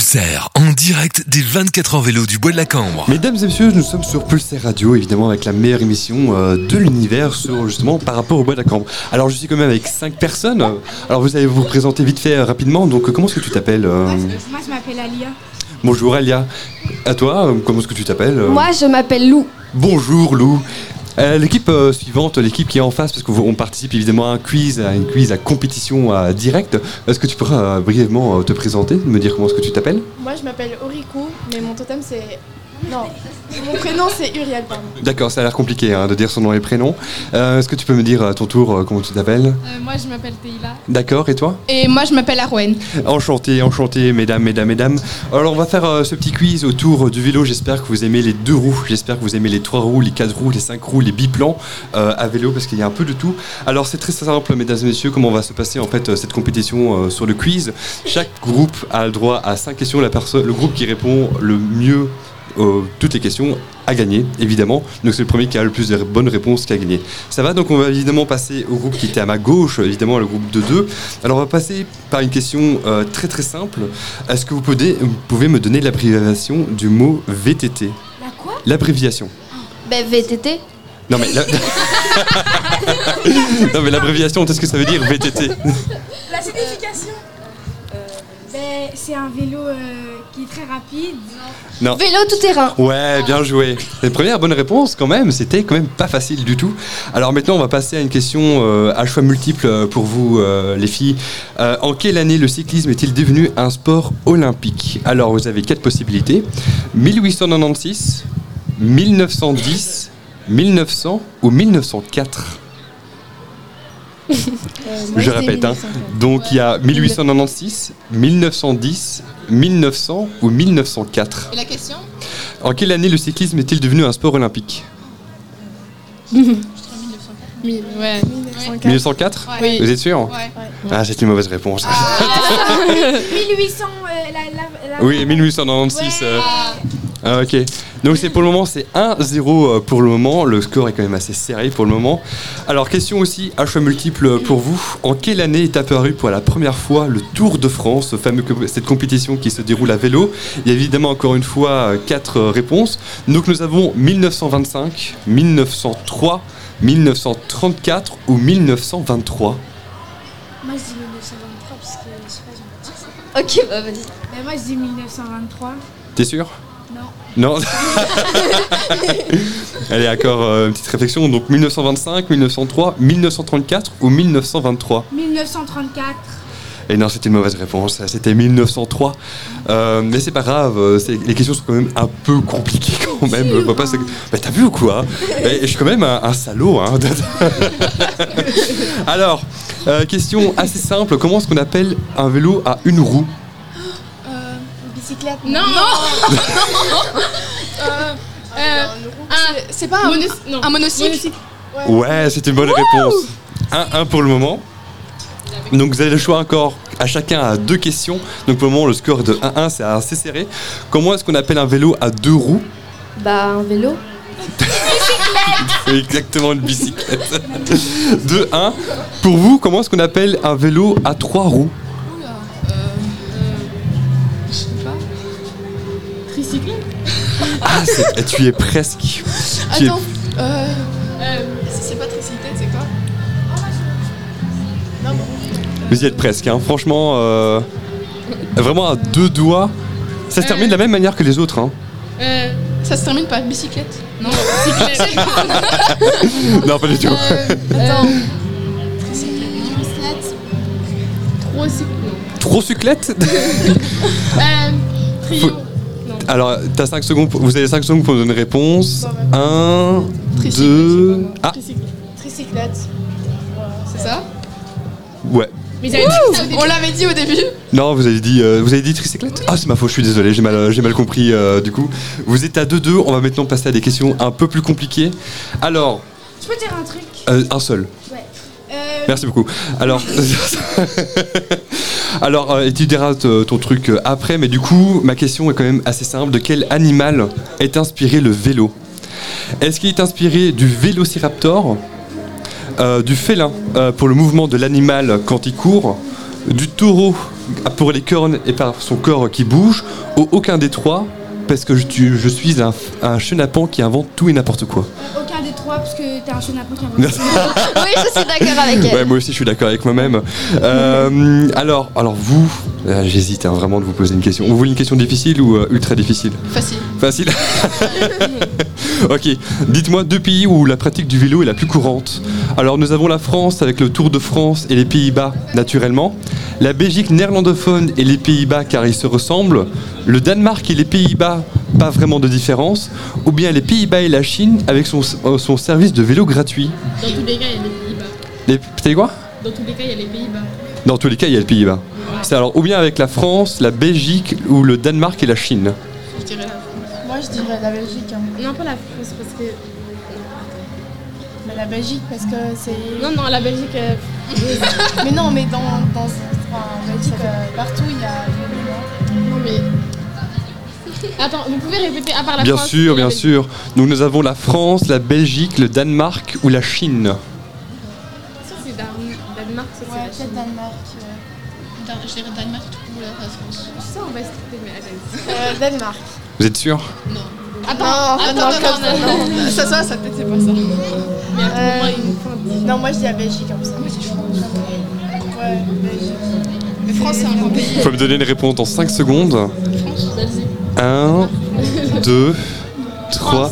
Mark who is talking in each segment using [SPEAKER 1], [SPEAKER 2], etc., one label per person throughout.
[SPEAKER 1] Pulsaire, en direct des 24 heures vélo du Bois de la Cambre.
[SPEAKER 2] Mesdames et messieurs, nous sommes sur Pulsar Radio, évidemment avec la meilleure émission euh, de l'univers sur justement par rapport au bois de la Cambre. Alors je suis quand même avec cinq personnes. Alors vous allez vous présenter vite fait euh, rapidement. Donc euh, comment est-ce que tu t'appelles euh,
[SPEAKER 3] Moi, je- Moi, je m'appelle Alia.
[SPEAKER 2] Bonjour Alia. À toi, euh, comment est-ce que tu t'appelles euh,
[SPEAKER 4] Moi, je m'appelle Lou.
[SPEAKER 2] Bonjour Lou. Euh, l'équipe euh, suivante, l'équipe qui est en face, parce qu'on participe évidemment à un quiz, à une quiz à compétition à direct. Est-ce que tu pourras euh, brièvement euh, te présenter, me dire comment est-ce que tu t'appelles
[SPEAKER 5] Moi je m'appelle Orico, mais mon totem c'est. Non, mon prénom c'est Uriel, pardon.
[SPEAKER 2] D'accord, ça a l'air compliqué hein, de dire son nom et prénom. Euh, est-ce que tu peux me dire à ton tour euh, comment tu t'appelles
[SPEAKER 5] moi je m'appelle Teila.
[SPEAKER 2] D'accord, et toi
[SPEAKER 5] Et moi je m'appelle Arwen.
[SPEAKER 2] Enchanté, enchanté, mesdames, mesdames, mesdames. Alors, on va faire euh, ce petit quiz autour du vélo. J'espère que vous aimez les deux roues. J'espère que vous aimez les trois roues, les quatre roues, les cinq roues, les biplans euh, à vélo, parce qu'il y a un peu de tout. Alors, c'est très simple, mesdames et messieurs, comment va se passer en fait euh, cette compétition euh, sur le quiz. Chaque groupe a le droit à cinq questions. La perso- le groupe qui répond le mieux euh, toutes les questions à gagner, évidemment. Donc c'est le premier qui a le plus de bonnes réponses qui a gagné. Ça va, donc on va évidemment passer au groupe qui était à ma gauche, évidemment le groupe de deux. Alors on va passer par une question euh, très très simple. Est-ce que vous pouvez, vous pouvez me donner l'abréviation du mot VTT
[SPEAKER 3] La quoi
[SPEAKER 2] L'abréviation.
[SPEAKER 4] Ben, VTT.
[SPEAKER 2] Non mais... la- non mais l'abréviation, qu'est-ce que ça veut dire VTT
[SPEAKER 3] La signification ben, C'est un vélo euh, qui est très rapide.
[SPEAKER 4] Vélo tout terrain.
[SPEAKER 2] Ouais, bien joué. La première bonne réponse quand même, c'était quand même pas facile du tout. Alors maintenant, on va passer à une question euh, à choix multiple euh, pour vous, euh, les filles. Euh, en quelle année le cyclisme est-il devenu un sport olympique Alors, vous avez quatre possibilités 1896, 1910, 1900 ou 1904. Je répète, hein. donc il y a 1896, 1910, 1900 ou 1904.
[SPEAKER 5] Et la question
[SPEAKER 2] En quelle année le cyclisme est-il devenu un sport olympique
[SPEAKER 5] Ouais.
[SPEAKER 2] 1904
[SPEAKER 5] Oui.
[SPEAKER 2] Vous êtes sûr
[SPEAKER 5] Ouais. Ah.
[SPEAKER 2] Ah, c'est une mauvaise réponse.
[SPEAKER 3] 1800, euh, la, la, la-
[SPEAKER 2] oui, 1896. euh, ah, ok. Donc c'est pour le moment, c'est 1-0 euh, pour le moment. Le score est quand même assez serré pour le moment. Alors, question aussi à choix multiple pour vous. En quelle année est apparu pour la première fois le Tour de France, ce fameux comp- cette compétition qui se déroule à vélo Il y a évidemment encore une fois euh, quatre euh, réponses. Donc nous avons 1925, 1903, 1934 ou 1923.
[SPEAKER 3] Moi, je dis 1923 parce que je sais pas, je me dis.
[SPEAKER 2] hein.
[SPEAKER 4] Ok, bah vas-y.
[SPEAKER 3] Ben, moi, je dis 1923.
[SPEAKER 2] T'es sûr
[SPEAKER 3] Non.
[SPEAKER 2] Non Allez, encore euh, une petite réflexion. Donc 1925, 1903, 1934 ou 1923
[SPEAKER 3] 1934.
[SPEAKER 2] Et Eh non, c'était une mauvaise réponse. C'était 1903. Euh, mais c'est pas grave. euh, c'est- Les questions sont quand même un peu compliquées quand même.
[SPEAKER 3] Dur,
[SPEAKER 2] Faut pas
[SPEAKER 3] hein.
[SPEAKER 2] se- Bah, t'as vu ou quoi Et Je suis quand même un, un salaud. hein. Alors, euh, question assez simple. Comment est-ce qu'on appelle un vélo à une roue
[SPEAKER 3] Euh, Bicyclette.
[SPEAKER 5] Non Euh, Ah, C'est pas un, un monocycle
[SPEAKER 2] Ouais, c'est une bonne réponse. 1-1 pour le moment. Donc vous avez le choix encore à chacun à deux questions. Donc pour le moment le score est de 1-1, c'est assez serré. Comment est-ce qu'on appelle un vélo à deux roues
[SPEAKER 4] Bah, un vélo.
[SPEAKER 2] C'est exactement une bicyclette. 2-1. Pour vous, comment est-ce qu'on appelle un vélo à trois roues
[SPEAKER 5] Tricycle
[SPEAKER 2] Ah, c'est- tu y es presque. Tu y es-
[SPEAKER 5] Attends. Euh, c'est pas tricyclette, c'est quoi
[SPEAKER 2] Vous y êtes presque, hein. franchement. euh, Vraiment à deux doigts. Ça se termine de la même manière que les autres. Hein.
[SPEAKER 5] euh, Ça se termine par bicyclette Non, bicyclette.
[SPEAKER 2] Non, pas du tout.
[SPEAKER 5] Euh, Attends. Tricyclette. Tricyclette.
[SPEAKER 2] Trop suclette
[SPEAKER 5] Euh, trio. Non.
[SPEAKER 2] Alors, t'as 5 secondes, pour- vous avez 5 secondes pour me donner une réponse. 1,
[SPEAKER 5] Tricycle,
[SPEAKER 2] 2. Ah,
[SPEAKER 5] Tricyclette. C'est ça
[SPEAKER 2] ouais.
[SPEAKER 5] On l'avait dit au début.
[SPEAKER 2] Non, vous avez dit, euh, vous avez dit tricyclette Ah, c'est ma faute, je suis désolé, j'ai mal, j'ai mal compris euh, du coup. Vous êtes à 2-2, on va maintenant passer à des questions un peu plus compliquées. Alors,
[SPEAKER 3] Je peux dire un truc
[SPEAKER 2] euh, un seul,
[SPEAKER 3] Euh,
[SPEAKER 2] merci beaucoup. Alors, alors euh, et tu diras t- ton truc euh, après, mais du coup, ma question est quand même assez simple. De quel animal est inspiré le vélo Est-ce qu'il est inspiré du vélociraptor, euh, du félin euh, pour le mouvement de l'animal quand il court, Du taureau pour les cornes et par son corps qui bouge, au aucun des trois, parce que je, tu- je suis un, un chenapan qui invente tout et n'importe quoi.
[SPEAKER 3] Aucun des trois, parce que t'es un chenapan qui a
[SPEAKER 4] Oui, je suis d'accord avec elle.
[SPEAKER 2] Ouais, moi aussi, je suis d'accord avec moi-même. Euh, alors, alors vous, euh, j'hésite hein, vraiment de vous poser une question. Vous voulez une question difficile ou euh, ultra difficile
[SPEAKER 5] Facile.
[SPEAKER 2] Facile. ok, dites-moi deux pays où la pratique du vélo est la plus courante. Alors nous avons la France avec le Tour de France et les Pays-Bas naturellement, la Belgique néerlandophone et les Pays-Bas car ils se ressemblent, le Danemark et les Pays-Bas pas vraiment de différence, ou bien les Pays-Bas et la Chine avec son, euh, son service de vélo gratuit.
[SPEAKER 6] Dans tous les cas, il y a les Pays-Bas.
[SPEAKER 2] Les, t'as dit quoi
[SPEAKER 6] Dans tous les cas, il y a les Pays-Bas.
[SPEAKER 2] Dans tous les cas, il y a les Pays-Bas. C'est alors ou bien avec la France, la Belgique ou le Danemark et la Chine.
[SPEAKER 6] Je dirais là.
[SPEAKER 5] Moi, je dirais la Belgique. hein.
[SPEAKER 6] Non, pas la France, parce que.
[SPEAKER 5] Mais la Belgique, parce que c'est.
[SPEAKER 6] Non, non, la Belgique. euh,
[SPEAKER 5] Mais non, mais dans. dans enfin, en Belgique, euh, partout, il y a.
[SPEAKER 6] Non, mais. Attends, vous pouvez répéter à part la
[SPEAKER 2] Bien
[SPEAKER 6] France
[SPEAKER 2] sûr,
[SPEAKER 6] et la
[SPEAKER 2] bien
[SPEAKER 6] Belgique.
[SPEAKER 2] sûr. Donc nous avons la France, la Belgique, le Danemark ou la Chine.
[SPEAKER 6] Ça, c'est Dan- Danemark, ça, c'est
[SPEAKER 5] Ouais,
[SPEAKER 6] la Chine.
[SPEAKER 5] peut-être Danemark. euh.
[SPEAKER 7] Dan- Je dirais Danemark ou la France.
[SPEAKER 6] Ça, on va se tromper, mais attends.
[SPEAKER 5] Euh, Danemark.
[SPEAKER 2] Vous êtes sûr
[SPEAKER 5] Ah, Attends,
[SPEAKER 7] Attends, non, non, non, non.
[SPEAKER 5] Ça, ça, ça peut-être, c'est pas ça.
[SPEAKER 6] Mais
[SPEAKER 5] Euh,
[SPEAKER 6] attends, moi,
[SPEAKER 5] Non, moi, je dis la Belgique, comme ça. Moi, c'est France. Ouais, Belgique.
[SPEAKER 7] Mais France, c'est un grand pays.
[SPEAKER 2] Il faut me donner une réponse en 5 secondes.
[SPEAKER 7] France, Belgique.
[SPEAKER 2] 1, 2, 3.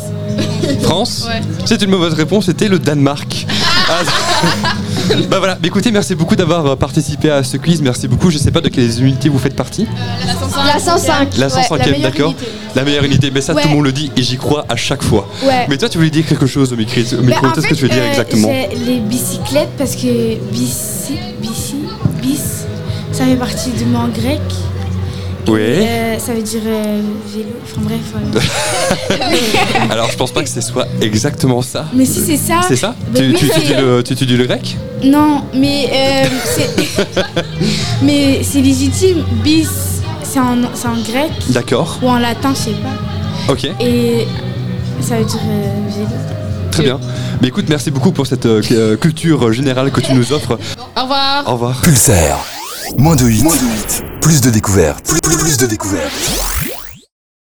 [SPEAKER 2] France
[SPEAKER 7] Ouais.
[SPEAKER 2] C'est une mauvaise réponse, c'était le Danemark. Ah, bah voilà, Mais écoutez, merci beaucoup d'avoir participé à ce quiz, merci beaucoup. Je sais pas de quelles unités vous faites partie.
[SPEAKER 7] Euh, la France,
[SPEAKER 4] La 105.
[SPEAKER 2] La
[SPEAKER 4] ouais.
[SPEAKER 2] 105 e
[SPEAKER 5] meilleure
[SPEAKER 2] d'accord
[SPEAKER 5] unité.
[SPEAKER 2] La meilleure unité, mais ça tout
[SPEAKER 4] Ouais.
[SPEAKER 2] le monde le dit et j'y crois à chaque fois.
[SPEAKER 4] Ouais.
[SPEAKER 2] Mais toi tu voulais dire quelque chose au micro, au micro.
[SPEAKER 3] en
[SPEAKER 2] qu'est-ce
[SPEAKER 3] fait,
[SPEAKER 2] que tu veux dire
[SPEAKER 3] euh,
[SPEAKER 2] exactement
[SPEAKER 3] j'ai Les bicyclettes, parce que bici, bici, bis, ça fait partie du mot en grec. Et,
[SPEAKER 2] Oui.
[SPEAKER 3] euh, ça veut dire euh, vélo. Enfin bref. euh.
[SPEAKER 2] Alors je pense pas que ce soit exactement ça.
[SPEAKER 3] Mais si c'est ça. bah,
[SPEAKER 2] C'est ça
[SPEAKER 3] Mais
[SPEAKER 2] tu,
[SPEAKER 3] oui,
[SPEAKER 2] tu,
[SPEAKER 3] c'est-
[SPEAKER 2] étudies le, tu étudies le grec
[SPEAKER 3] Non, mais euh, c'est. mais c'est légitime. Bis, c'est en, c'est en grec
[SPEAKER 2] D'accord.
[SPEAKER 3] ou en latin, je sais pas.
[SPEAKER 2] Ok,
[SPEAKER 3] Et ça veut dire euh, vélo.
[SPEAKER 2] très bien. Mais écoute, merci beaucoup pour cette euh, cu- euh, culture générale que tu nous offres.
[SPEAKER 6] Au revoir.
[SPEAKER 2] Au revoir.
[SPEAKER 1] Pulsaire. Moins de 8. Plus de découvertes. Plus, plus- plus de découvertes.